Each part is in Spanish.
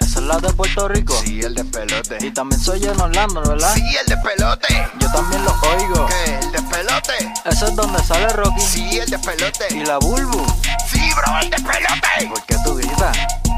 Esa es la de Puerto Rico. Sí, el despelote. Y también soy en Orlando, ¿verdad? Sí, el despelote. Yo también lo oigo. ¿Qué? El despelote. Eso es donde sale Rocky. Sí, el despelote. Y la Bulbu. Sí, bro, el despelote. ¿Por qué tú gritas?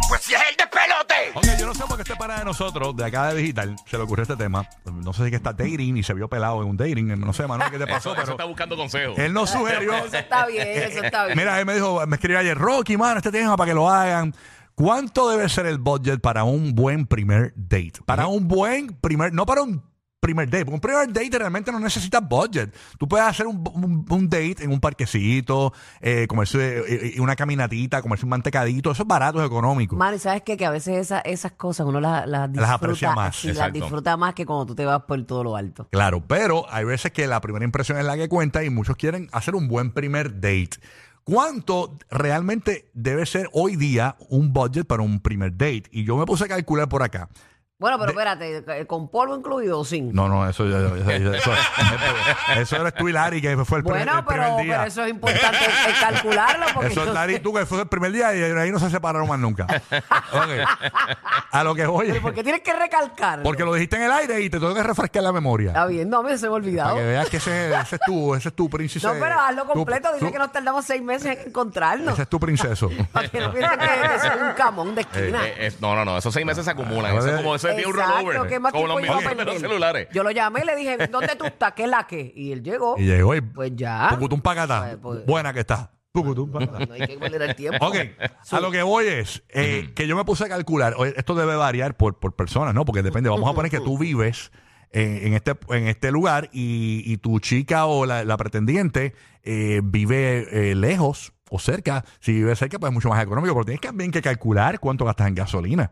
Pues sí, es el despelote. Oye, yo no sé por qué este para de nosotros, de acá de Digital, se le ocurrió este tema. No sé si que está dating y se vio pelado en un dating. No sé, Manuel, qué te pasó, Eso, eso pero está buscando consejos. él nos sugirió. Eso está bien, eso está bien. Mira, él me dijo, me escribió ayer, Rocky, mano, este tema para que lo hagan. ¿Cuánto debe ser el budget para un buen primer date? Para un buen primer, no para un primer date, porque un primer date realmente no necesita budget. Tú puedes hacer un, un- un date en un parquecito, eh, comerse eh, eh, una caminatita, comerse un mantecadito, eso es barato, es económico. Mano, y sabes qué? que a veces esa- esas cosas uno las, las disfruta. aprecia más. sí, las Exacto. disfruta más que cuando tú te vas por todo lo alto. Claro, pero hay veces que la primera impresión es la que cuenta y muchos quieren hacer un buen primer date. ¿Cuánto realmente debe ser hoy día un budget para un primer date? Y yo me puse a calcular por acá. Bueno, pero espérate, eh, ¿con polvo incluido o sin? No, no, eso, eso, eso, eso- eso eres tú y Larry, que fue el primer, bueno, el primer pero, día. pero eso es importante eh, calcularlo porque Eso es entonces- Larry y tú, que fue el primer día y ahí no se separaron más nunca. Ok. A lo que voy. ¿Pero por qué tienes que recalcarlo? Porque lo dijiste en el aire y te tengo que refrescar la memoria. Está bien, no, me se me ha Para olvidado. que veas que ese, ese es tu, ese es tu príncipe. No, pero hazlo tu- completo. Dile tu- que nos tardamos seis meses en encontrarnos. Ese es tu princeso. Para que no piensen que, que soy un camón de Eh, esquina. eh, eh, no, no, no, esos seis meses se acumulan. Ah, Eso es como eso es bien un Exacto, rollover. ¿qué más como los tiempo iba a mismos de los perder? celulares. Yo lo llamé y le dije, ¿dónde tú estás? ¿Qué es la que? Y él llegó. y llegó y. Pues ya. Pucutum pacatá. Pues, pues- Buena que está. Pucutum pacatá. No hay que perder el tiempo. Ok, a lo que voy es eh, que yo me puse a calcular. oye, Esto debe variar por, por personas, ¿no? Porque depende. Vamos a poner que tú vives eh, en, este, en este lugar y, y tu chica o la, la pretendiente eh, vive eh, lejos o cerca. Si vive cerca, pues es mucho más económico. Pero tienes también que calcular cuánto gastas en gasolina.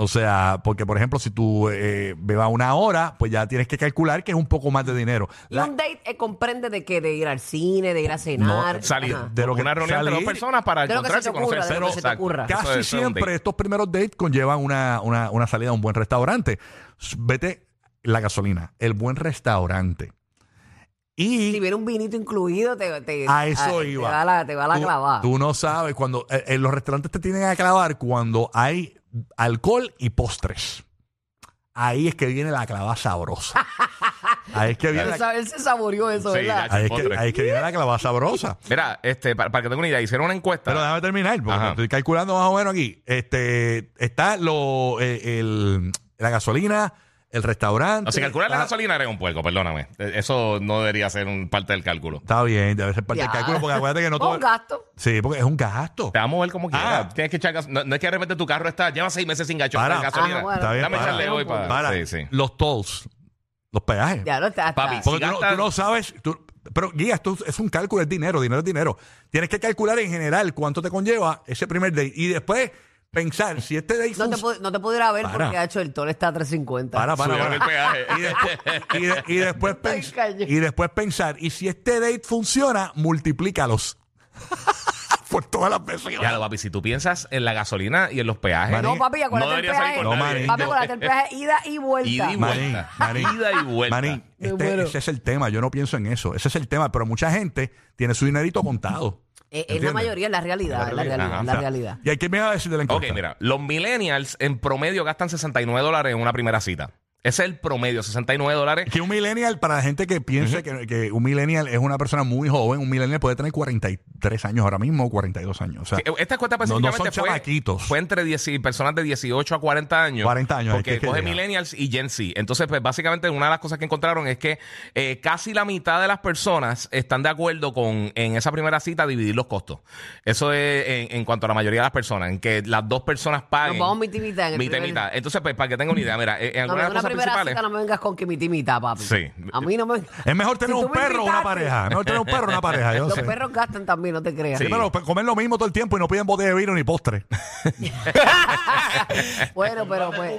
O sea, porque por ejemplo, si tú eh, bebas una hora, pues ya tienes que calcular que es un poco más de dinero. Y La- un date eh, comprende de qué? De ir al cine, de ir a cenar. No, Salir Ajá. de lo que- una reunión entre salir- dos personas para de lo que se encontrarse te y ocurra, conocerse. de lo que se te Exacto. ocurra. Eso Casi es- eso es un siempre date. estos primeros dates conllevan una, una, una salida a un buen restaurante. S- Vete la gasolina, el buen restaurante. Y Si viene un vinito incluido, te, te, a eso a- te iba. va la, te va la Tú- clavada. Tú no sabes cuando eh, en los restaurantes te tienen a clavar cuando hay alcohol y postres. Ahí es que viene la clavada sabrosa. Ahí es que viene Él la, sa- él se saboreó eso, Sí, ¿verdad? ya- ahí es que, ahí es que viene la clavada sabrosa. Mira, este, para, para que tenga una idea, hicieron una encuesta. Pero déjame terminar, porque Ajá. estoy calculando más o menos aquí. Este, está lo, eh, el- la gasolina, el restaurante. Ah, o sea, calcular la está- gasolina era un puerco, perdóname. Eh, Eso no debería ser un parte del cálculo. Está bien, debe ser parte Ya. del cálculo, porque acuérdate que no Con todo. gasto. Sí, porque es un gasto. Te vamos a ver como quieras. Ah. Tienes que echar gas- no, no es que de repente tu carro está, lleva seis meses sin gacho Para. de gasolina. Ah, bueno. Está bien, Dame para. echarle hoy para. Para Sí, sí. los tolls, los peajes. Ya no está. está. Papi, Porque Si tú, no, gastas- tú no sabes. tú- pero, guía, esto es un cálculo, es dinero, dinero es dinero. Tienes que calcular en general cuánto te conlleva ese primer date. Y después pensar si este date no, te, func- pu- no te pudiera ver Para. porque ha hecho el tono está a 350. Para, para, Subieron para. el peaje. Y después, y de- y después pens- cañón. y después pensar, y si este date funciona, multiplícalos. Por todas las veces. que Ya va. lo, papi, si tú piensas en la gasolina y en los peajes. Manín, No, papi, acuérdate No el debería salir peaje. con No, nadie. manín. papi, acuérdate el peaje ida y vuelta. Eh, Ida y vuelta. Manín, Manín. Ida y vuelta. Manín, Me este- muero. ese es el tema. Yo no pienso en eso. Ese es el tema. Pero mucha gente tiene su dinerito contado. Eh, es la ¿Entiendes? mayoría, es la realidad. es La realidad. Ajá. la realidad. ¿Y hay que me va a decir de la Ok, encuesta? mira, los millennials en promedio gastan 69 dólares en una primera cita. Ese es el promedio, 69 dólares. Que un millennial, para la gente que piense que, que un millennial es una persona muy joven, un millennial puede tener 43 años ahora mismo, 42 años. O sea, Eh, Esta cuenta no, no específicamente son fue, chamaquitos. fue entre 10 y personas de 18 a 40 años. 40 años, es que es Porque que coge llega. millennials y Gen Z. Entonces, pues básicamente una de las cosas que encontraron es que eh, casi la mitad de las personas están de acuerdo con en esa primera cita dividir los costos. Eso es en, en cuanto a la mayoría de las personas, en que las dos personas paguen. Nos vamos mitad y mitad en el Mitad y primer- mitad. Entonces, pues, para que tengan una idea, mira, en- en No, algunas una cosas cosas primera principales. cita no me vengas con que mi timita, papi. Sí. A mí no me... Es mejor tener Si tú un me perro o una invitaste, pareja. Es mejor tener un perro o una pareja. Yo Los sé. perros gastan también, no te creas. Sí, Sí. pero pe- comer lo mismo todo el tiempo y no piden botella de vino ni postre. bueno, pero pues...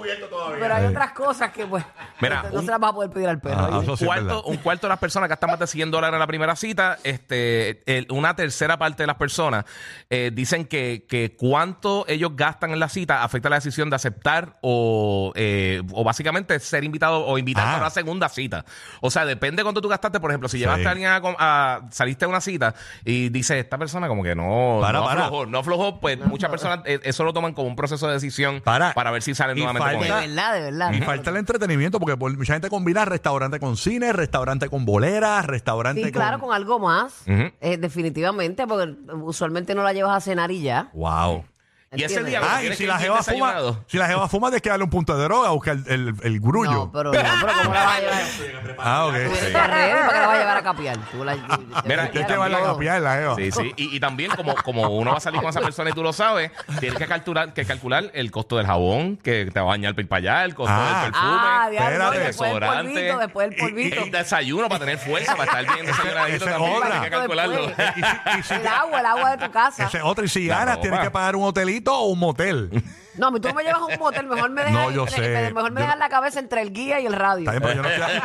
Pero hay otras cosas que pues... Mira, no un- se las vas a poder pedir al perro. Ah, ¿oíste? eso sí es verdad. cuarto, un cuarto de las personas gastan más de 100 dólares en la primera cita. Este, el- una tercera parte de las personas eh, dicen que, que cuánto ellos gastan en la cita afecta la decisión de aceptar o, eh, o básicamente ser invitado o invitar Ah. para una segunda cita. O sea, depende cuánto tú gastaste. Por ejemplo, si llevaste Sí. a alguien a, com- a- saliste a una cita y dice esta persona como que no, Para, no para. aflojó, no aflojó, pues muchas personas eh, eso lo toman como un proceso de decisión Para. ver si salen Y nuevamente con De falta- él. verdad, de verdad. Y falta el entretenimiento porque por- mucha gente combina restaurante con cine, restaurante con boleras, restaurante Sí, claro, con algo más. Ujú. eh, definitivamente, porque usualmente no la llevas a cenar y ya. Wow. Y ese ¿Entiendes? día Ah, y tienes si que la ir jeva fuma, desayunado. si la jeva fuma, tienes que darle un punto de droga a buscar el, el, el grullo. No, pero no, pero ¿cómo la vas a llevar? ah, ok. Tú eres Sí. de redes, ¿para qué la vas a llevar a capiar? Tú la, Mira, Tienes que llevarla a todo. capiar la jeva. Sí, sí. Y, y también, como, como uno va a salir con esa persona y tú lo sabes, tienes que calcular, que calcular el costo del jabón, que te va a bañar el para allá, el costo Ah. del perfume, Ah, Espérate. diablo, no, y después el Desodorante. polvito, después el polvito. el desayuno para tener fuerza, para estar bien desayunadito esa es también, otra. tienes que calcularlo. Después. Y si- y si- El agua, el agua de tu casa. Ese es otro. Y si La ganas, ropa. tienes que pagar un hotelito o un motel. No, a mí tú me llevas a un motel, mejor me dejas, No, yo entre- sé. mejor me Yo- dejas la cabeza entre el guía y el radio. Está bien, pero yo no estoy-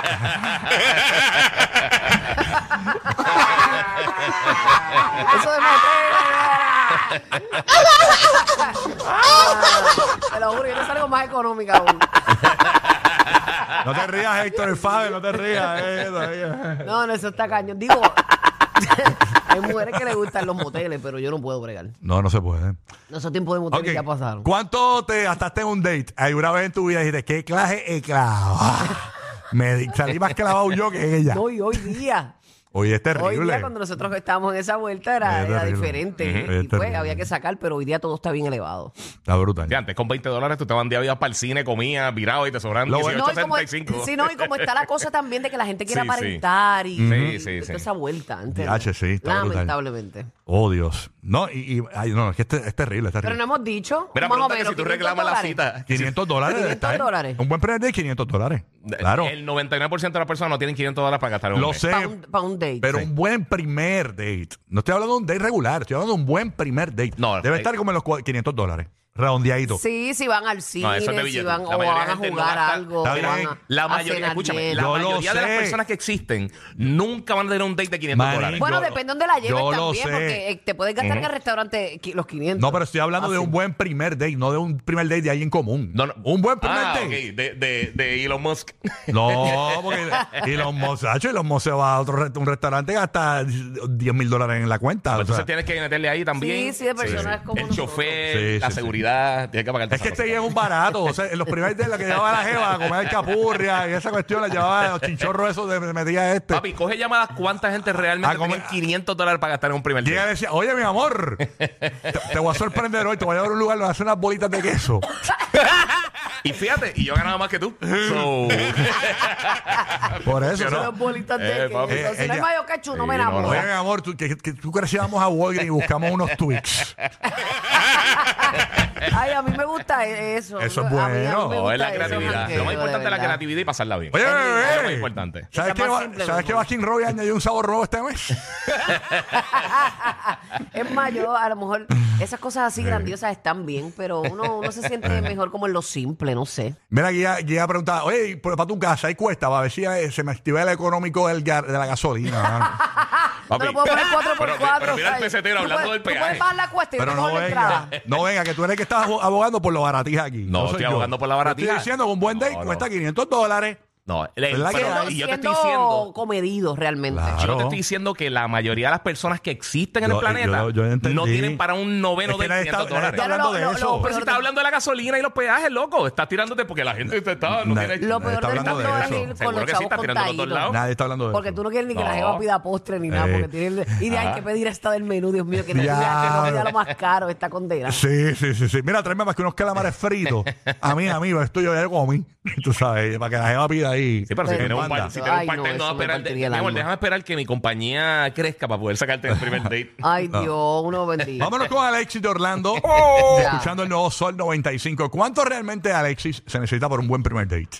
Eso de motel. Ah, Te lo juro, yo no salgo más económica aún. No te rías, Héctor el Faber, no te rías. eh, todavía. No, no, eso está cañón. Digo, hay mujeres que les gustan los moteles, pero yo no puedo bregar. No, no se puede. No, esos tiempos de moteles Ok. ya pasaron. ¿Cuánto te gastaste en un date? Alguna vez en tu vida dijiste, ¿qué clase he clavado? Me di- salí más clavado yo que ella. Hoy, hoy día. Oye, es Hoy terrible. día cuando nosotros estábamos en esa vuelta era, Es era terrible. diferente. Ujú. Es Y pues terrible. había que sacar, pero hoy día todo está bien elevado. Está brutal. De antes, con 20 dólares tú te mandías vida para el cine, comías, virado y te sobraban Lo bueno- No, y como, 18.75. sí, no, y como está la cosa también de que la gente quiere Sí, sí. aparentar y, Sí, y sí, sí. toda esa vuelta. antes. Diache, sí, está brutal. Lamentablemente. Oh, Dios. No, y, y- ay, no, es que este- es terrible, es Pero terrible. no hemos dicho. Mira, más o pregunta que menos, si tú 500 reclamas la dólares. cita. 500 dólares. 500 está, ¿eh? dólares. Un buen primer date, 500 dólares. Claro. El 99% de las personas no tienen 500 dólares para gastar en un Lo mes. sé, Para un, pa' un date. pero Sí. un buen primer date. No estoy hablando de un date regular, estoy hablando de un buen primer date. No, Debe eh, estar como en los cua- 500 dólares, redondeadito. Sí, si van al No, cine, eso es de si billete. van, La o mayoría de van a gente no jugar gasta- algo. Está o bien. van a, La a mayoría, cenar escúchame, bien. la Yo lo mayoría de las sé. personas que existen nunca van a tener un date de 500 Manín. dólares. Bueno, Yo lo- depende dónde la lleves yo lo también, sé. porque eh, te puedes gastar en el restaurante qui- los 500. No, pero estoy hablando de un buen primer date, no de un primer date de alguien común. Ah, No, no. Un buen primer Ah, date. ok, de, de, de Elon Musk. No, porque y los mozachos, y los mozos va a otro rest- un restaurante y gasta 10 mil dólares en la cuenta. Ah, o Pues sea. Entonces tienes que meterle ahí también. Sí, sí, de personas como El nosotros. chofer, Sí, la sí, sí. seguridad. Tienes que pagar es que todas este esas día es un barato. O sea, en los primeros días la que llevaba la jeva a comer capurria y esa cuestión la llevaba los chinchorros esos de metía este. cosas. Papi, coge llamadas. ¿Cuánta gente realmente Ah, como- tiene 500 dólares para gastar en un primer Llega y día? decía, oye mi amor, te, te voy a sorprender hoy, te voy a llevar a un lugar donde hacen unas bolitas de queso. Y fíjate, y yo ganaba más que tú. So, Por eso. o sea, Pero bolitas de Eh, papi. queso. si no Ella- es mayo quechu, no Sí, me no, no. enamoro. Oye, mi amor, tú, que, que tú crees que vamos a Walgreens y buscamos unos Twix. Ay, a mí me gusta e- eso. Eso es A mí- a mí me bueno. gusta no, Oh, es la eso, creatividad. jangueo, Lo más de importante es la verdad. creatividad y pasarla bien. Oye, es lo más bebé. importante. ¿Sabes Está qué más va- simple, ¿sabes mi qué amor. Baskin Robbins añadió un sabor nuevo este mes? Es más, yo a lo mejor esas cosas Eh. así grandiosas están bien, pero uno, uno se siente mejor como en lo simple, no sé. Mira, Guía, Guía preguntaba, oye, para tu casa, ahí cuesta, va a ver si eh, se me activa el económico del gar- de la gasolina. mano". Papi. No lo puedo poner 4x4. Pero- pero mira el pesetero hablando del peaje. peaje. puedes bajar la cuesta y Pero tú no coges la venga, entrada. no venga, que tú eres el que estás abo- abogando por lo baratija aquí. No, soy estoy yo. abogando por la Yo baratija. Estoy diciendo que un buen date No, no. cuesta 500 dólares. No, le- ¿Verdad que pero- no? y yo te Siendo estoy diciendo. comedido realmente. Claro. Yo te estoy diciendo que la mayoría de las personas que existen en Yo- el planeta yo- yo entendí. no tienen para un noveno Es que de nadie está, 500 nadie dólares. está hablando Pero de lo- lo- eso. lo- Pero si estás hablando de la gasolina y los peajes, loco, estás tirándote porque la gente te está. No Na- tiene- Lo peor Está del hablando mundo de es eso. ir con Seguro los que sí, chavos está tirando por todos lados. contaídos. Nadie está hablando de Porque eso. Eh. tú no quieres ni que la No. jeva pida postre ni nada, Ey. porque tiene y de hay que pedir esta del menú, Dios mío, que no pida, que no Diablo. pida lo más caro, esta condena. Sí, sí, sí, sí. Mira, tráeme más que unos calamares fritos. A mí, a mí, esto yo ya comí. Tú sabes, para que la jeva pida ahí. Sí, pero si Pero tienes un, manda. par, si tienes Ay, un no, parte, no, vas eso a me esperar. partiría el mi amor, alma. déjame esperar que mi compañía crezca para poder sacarte el primer date. Ay, Dios, uno bendito. Vámonos con Alexis de Orlando, Oh, escuchando el nuevo Sol 95. ¿Cuánto realmente Alexis se necesita por un buen primer date?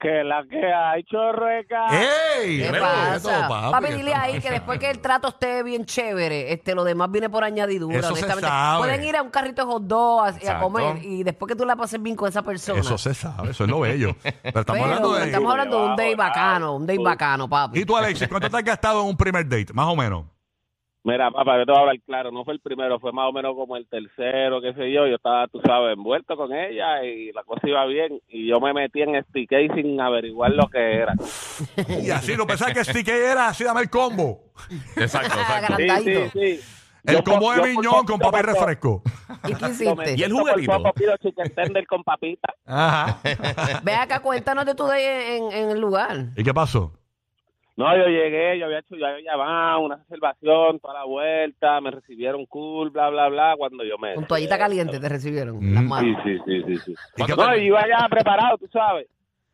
Que la que hay, chorreca. ¡Ey! ¿Qué Mira, pasa? todo, papi, papi, que dile está- ahí que después que el trato esté bien chévere, este, lo demás viene por añadidura. Eso se honestamente. sabe. Pueden ir a un carrito de hot dog a- y a, Exacto. comer y después que tú la pases bien con esa persona. Eso se sabe, eso es lo bello. Pero estamos Pero hablando de. estamos hablando de un date bacano, un date bacano, papi. ¿Y tú, Alexis, cuánto te has gastado en un primer date? Más o menos. Mira, papá, yo te voy a hablar claro. No fue el primero, fue más o menos como el tercero, qué sé yo. Yo estaba, tú sabes, envuelto con ella y la cosa iba bien. Y yo me metí en este case sin averiguar lo que era. Y así, no pensaba que sí que era, así dame el combo. Exacto, Ah, exacto. Sí, sí, Agrandadito. sí. El Yo combo por- de yo por miñón con poquito papel me- refresco. ¿Y qué yo me- hiciste? ¿Y el yo por juguetito? poco pido chicken tender con papita. Ajá. Ve acá, cuéntanos de tu date en, en el lugar. ¿Y qué pasó? No, yo llegué, yo había hecho, yo había llamado, una reservación, toda la vuelta, me recibieron cool, bla, bla, bla, cuando yo me... Con toallita caliente te recibieron. Las Mm. Sí, manos. sí, sí, sí, sí. ¿Y qué- No, yo iba ya preparado, tú sabes.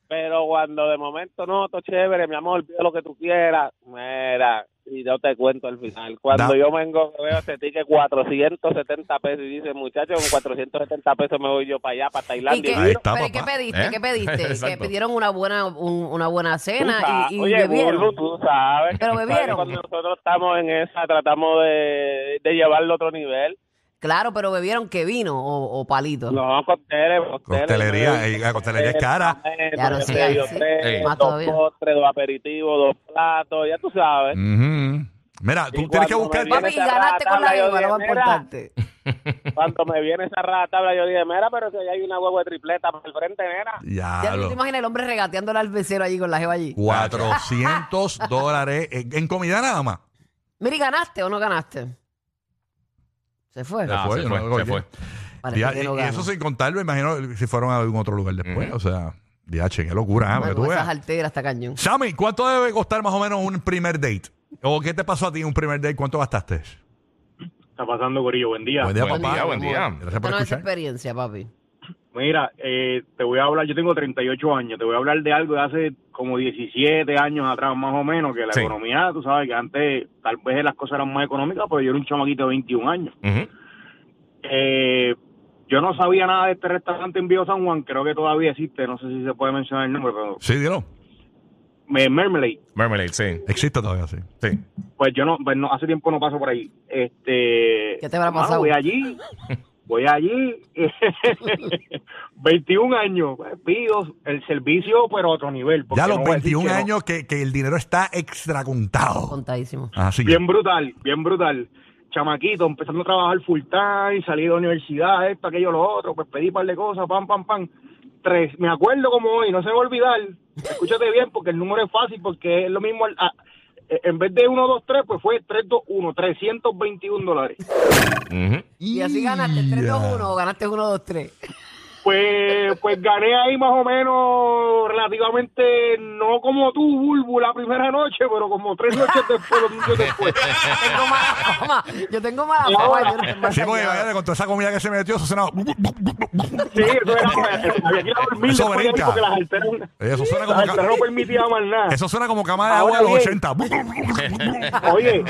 Pero cuando de momento no, todo chévere, mi amor, pide lo que tú quieras. Mira, y yo te cuento al final. Cuando Da- yo vengo, veo este ticket 470 pesos y dice, muchacho, con 470 pesos me voy yo para allá, para ¿Y Tailandia. qué, Y Ahí está, pero ¿y qué papá. pediste? ¿Eh? ¿Qué pediste? que Exacto. pidieron una buena, un- una buena Tú cena sabes, y, y Oye, bebieron. Bulbo, tú sabes. Pero tú sabes bebieron. Cuando nosotros estamos en esa, tratamos de, de llevarlo a otro nivel. Claro, pero bebieron que vino o, o palito. No, cócteles, cócteles. Coctelería, nueve, eh, la coctelería es cara. tres, Ya lo tres, sé, tres, ya lo sé. tres, Ey. Más dos todavía. postres, dos aperitivos, dos platos, ya tú sabes. Ujú. Mira, tú Y tienes que cuando buscar. me Papi, viene y ganaste con la Tabla, yo Eva, lo más dije, mira. importante. Mm. Cuando me viene esa rata tabla, yo dije, mira, pero si ahí hay una huevo de tripleta para el frente, nena. Ya Ya tú lo. te imaginas el hombre regateándole al becero allí con la jeva allí. 400 dólares en, en comida nada más. Mira, ¿y ganaste o no ganaste? Se fue. Ya Ah, fue, se no, fue, oye. se fue. Parece Ya, que y, no y ganó. eso sin contar, me imagino si fueron a algún otro lugar después. O sea, ya, che, qué locura. ¿eh? Para Bueno, que tú con esas veas. alteras está cañón. Sammy, ¿cuánto debe costar más o menos un primer date? ¿O qué te pasó a ti en un primer date? ¿Cuánto gastaste? Está pasando, Gorillo. Buen día. Buen día, Buen papá. día, buen día. Gracias por no es escuchar. experiencia, papi. Mira, eh, te voy a hablar, yo tengo 38 años, te voy a hablar de algo de hace como 17 años atrás, más o menos, que la Sí. economía, tú sabes que antes tal vez las cosas eran más económicas, pero yo era un chamaquito de 21 años. Ujú. Eh, yo no sabía nada de este restaurante en Vío San Juan, creo que todavía existe, no sé si se puede mencionar el nombre, pero Sí, dilo. me- Mermelade. Mermelade, sí. Existe todavía, sí. sí. Pues yo no, pues no, hace tiempo no paso por ahí. Este, ¿Qué te habrá hermano, pasado? Voy allí, voy allí, 21 años, pues, pido el servicio, pero a otro nivel. porque Ya a los no voy a decir 21 que no. años que, que el dinero está extra contado. Contadísimo. Así Bien brutal, bien brutal. Chamaquito, empezando a trabajar full time, salí de la universidad, esto, aquello, lo otro, pues pedí un par de cosas, pam, pam, pam. Tres, me acuerdo como hoy, no se me va a olvidar. Escúchate bien, porque el número es fácil, porque es lo mismo. al- a- en vez de 1, 2, 3, pues fue 3, 2, 1, 321 dólares. Ujú. Y así ganaste 3-2-1 o ganaste 1-2-3. Pues, pues gané ahí más o menos relativamente, no como tú, Bulbu, la primera noche, pero como tres noches después, dos noches después. tengo mala fama. Yo tengo mala Y ahora- fama. Yo no soy más Sí, porque dañada. imagínate, con toda esa comida que se metió, eso suena. Sí, eso era para eso. Había que ir a dormir Eso después de ahí brinca. porque las alteras, Eso suena las como. alteras no ca- permitían más nada. Eso suena como cama de agua Ahora de los bien. 80. Oye,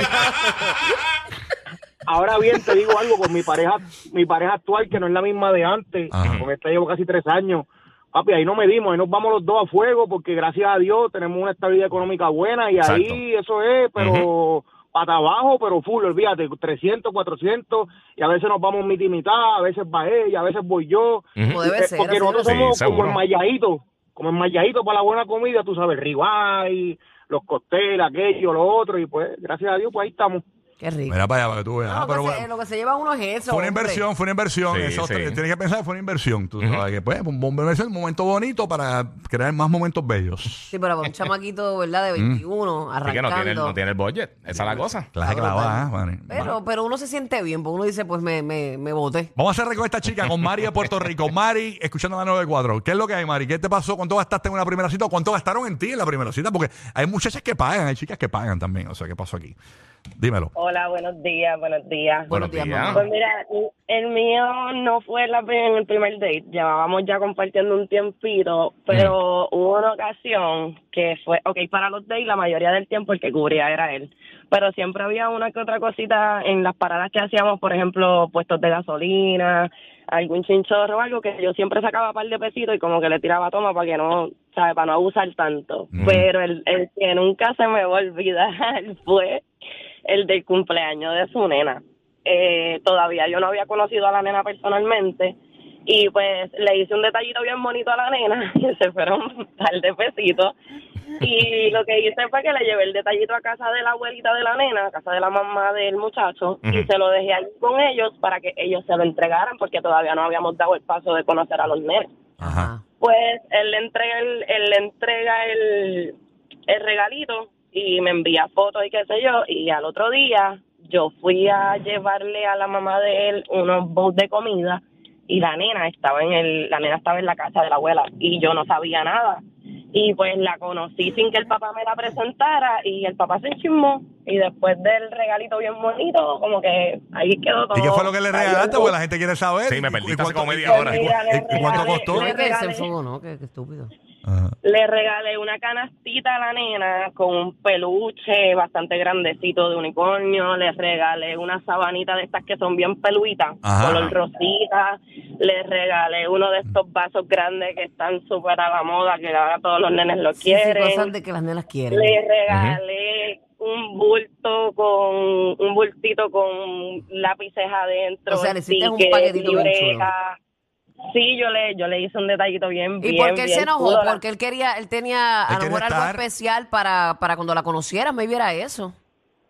ahora bien te digo algo con mi pareja, mi pareja actual que no es la misma de antes, Ajá. con esta llevo casi tres años. Papi, ahí no medimos, ahí nos vamos los dos a fuego porque gracias a Dios tenemos una estabilidad económica buena y ahí eso es, pero para abajo, pero full, olvídate, 300, 400 y a veces nos vamos mitad y mitad, a veces va ella, a veces voy yo. Como debe Eh, ser. Porque así nosotros debe ser. somos Sí, como seguro. enmayaditos, como enmayaditos para la buena comida, tú sabes, ribay, los costeles, aquello, lo otro, y pues, gracias a Dios, pues ahí estamos. Qué rico. Mira para allá, para que tú veas. No, Ah, lo, pero que se, bueno. lo que se lleva uno es eso. Fue una hombre. inversión, fue una inversión. Sí, eso sí. te- tienes que pensar, fue una inversión. Tú sabes que, pues, un momento un momento bonito para crear más momentos bellos. Sí, pero para un chamaquito, ¿verdad? De 21, Así que arrancando. no tiene, el- no tiene el budget. Esa es la cosa. Claro, clavada, ¿eh? Pero, pero uno se siente bien, porque uno dice, pues me, me, me boté. Vamos a hacer récord esta chica con Mari de Puerto Rico. Mari, escuchando la 94. ¿Qué es lo que hay, Mari? ¿Qué te pasó? ¿Cuánto gastaste en una primera cita? ¿O ¿Cuánto gastaron en ti en la primera cita? Porque hay muchachas que pagan, hay chicas que pagan también. O sea, ¿qué pasó aquí? Dímelo. Hola, buenos días, buenos días. Buenos Buenos días, días. Pues mamá. mira, el mío no fue la, pri- en el primer date, llevábamos ya compartiendo un tiempito, pero hubo una ocasión que fue, ok, para los dates la mayoría del tiempo el que cubría era él, pero siempre había una que otra cosita en las paradas que hacíamos, por ejemplo, puestos de gasolina, algún chinchorro o algo que yo siempre sacaba un par de pesitos y como que le tiraba toma para que no, o sea, ¿sabes? Para no abusar tanto. Pero el, el que nunca se me va a olvidar fue el del cumpleaños de su nena. Eh, todavía yo no había conocido a la nena personalmente y pues le hice un detallito bien bonito a la nena y se fueron un par de pesitos. Y lo que hice fue que le llevé el detallito a casa de la abuelita de la nena, a casa de la mamá del muchacho, y Ujú. se lo dejé ahí con ellos para que ellos se lo entregaran porque todavía no habíamos dado el paso de conocer a los nenes. Ajá. Pues él le entrega el, él le entrega el, el regalito y me envía fotos y qué sé yo. Y al otro día yo fui a llevarle a la mamá de él unos bowls de comida y la nena estaba en el, la nena estaba en la casa de la abuela y yo no sabía nada. Y pues la conocí sin que el papá me la presentara y el papá se chismó. Y después del regalito bien bonito, como que ahí quedó todo. ¿Y qué fue lo que le regalaste? Porque la gente quiere saber. Sí, me perdí ¿Y hace cuánto- como media y cu- hora. y cu- Mira, le y cuánto regalé- costó? le- Creo que se regalé. enfogó, ¿no? Qué, qué estúpido. Ajá. Le regalé una canastita a la nena con un peluche bastante grandecito de unicornio. Le regalé una sabanita de estas que son bien peluitas, Ajá. color rosita. Le regalé uno de estos vasos grandes que están súper a la moda, que ahora todos los nenes lo Sí, sí, quieren. cosas de que las nenas quieren. Le regalé un bulto con un bultito con lápices adentro. O sea, le hiciste un stickers, paquetito bien chulo. libretas. Sí, yo le, yo le hice un detallito bien, bien, ¿Y por qué él bien se enojó? chulo. La- Porque él quería, él tenía Él a lo quería mejor algo estar- especial para, para cuando la conocieras, me viera eso.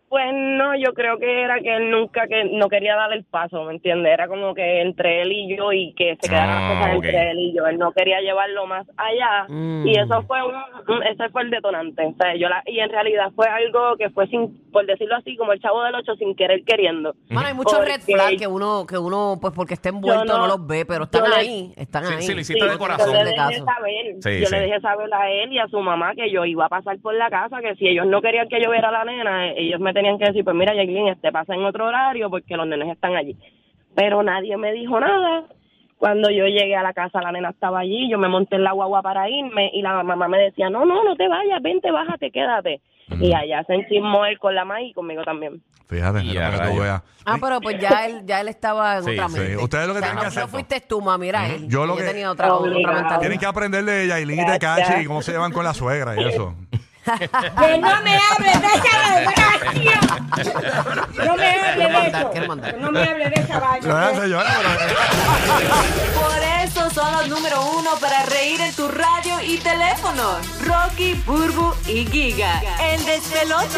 Pues no, yo creo que era que él nunca, que no quería dar el paso, ¿me entiendes? Era como que entre él y yo y que se quedaran las Ah, cosas ok. entre él y yo. Él no quería llevarlo más allá Mm. y eso fue un, un- ese fue el detonante. O sea, yo la, y en realidad fue algo que fue sin, por decirlo así, como el chavo del ocho sin querer queriendo. Bueno, hay muchos red Porque- flags que uno, que uno, pues porque está envuelto, no, no- los ve, pero están yo le- ahí, están Sí, ahí. sí, lo hiciste de No tiene que corazón. Yo le hacerle dejé caso. saber, Sí, yo sí. le dejé saber a él y a su mamá que yo iba a pasar por la casa, que si ellos no querían que yo viera a la nena, eh, ellos me tenían que decir, pues mira, Jacqueline, este pasa en otro horario porque los nenes están allí. Pero nadie me dijo nada. Cuando yo llegué a la casa, la nena estaba allí, yo me monté en la guagua para irme y la mamá me decía, no, no, no te vayas, vente, bájate, quédate. Y allá se enchismó él con la mamá y conmigo también. Fíjate, Y era para a que tú rayos. veas. Ah, pero pues ya él, ya él estaba en Sí, otra sí. mente. Ustedes lo que O sea, tienen no, que hacer- No fuiste tú, mami, era él. Yo lo que- tenía otra, otra Obligado. mentalidad. Tienen que aprender de Yailin y de Gracias. Cachi y cómo se llevan con la suegra y eso. Que no me hables de esa vacío. No me hables Quiero de mandar, eso. quiero mandar. No me hables de esa Señora, vaina. pues. señora, pero- Por eso son los número uno para reír en tu radio y teléfono. Rocky, Burbu y Giga. El despelote.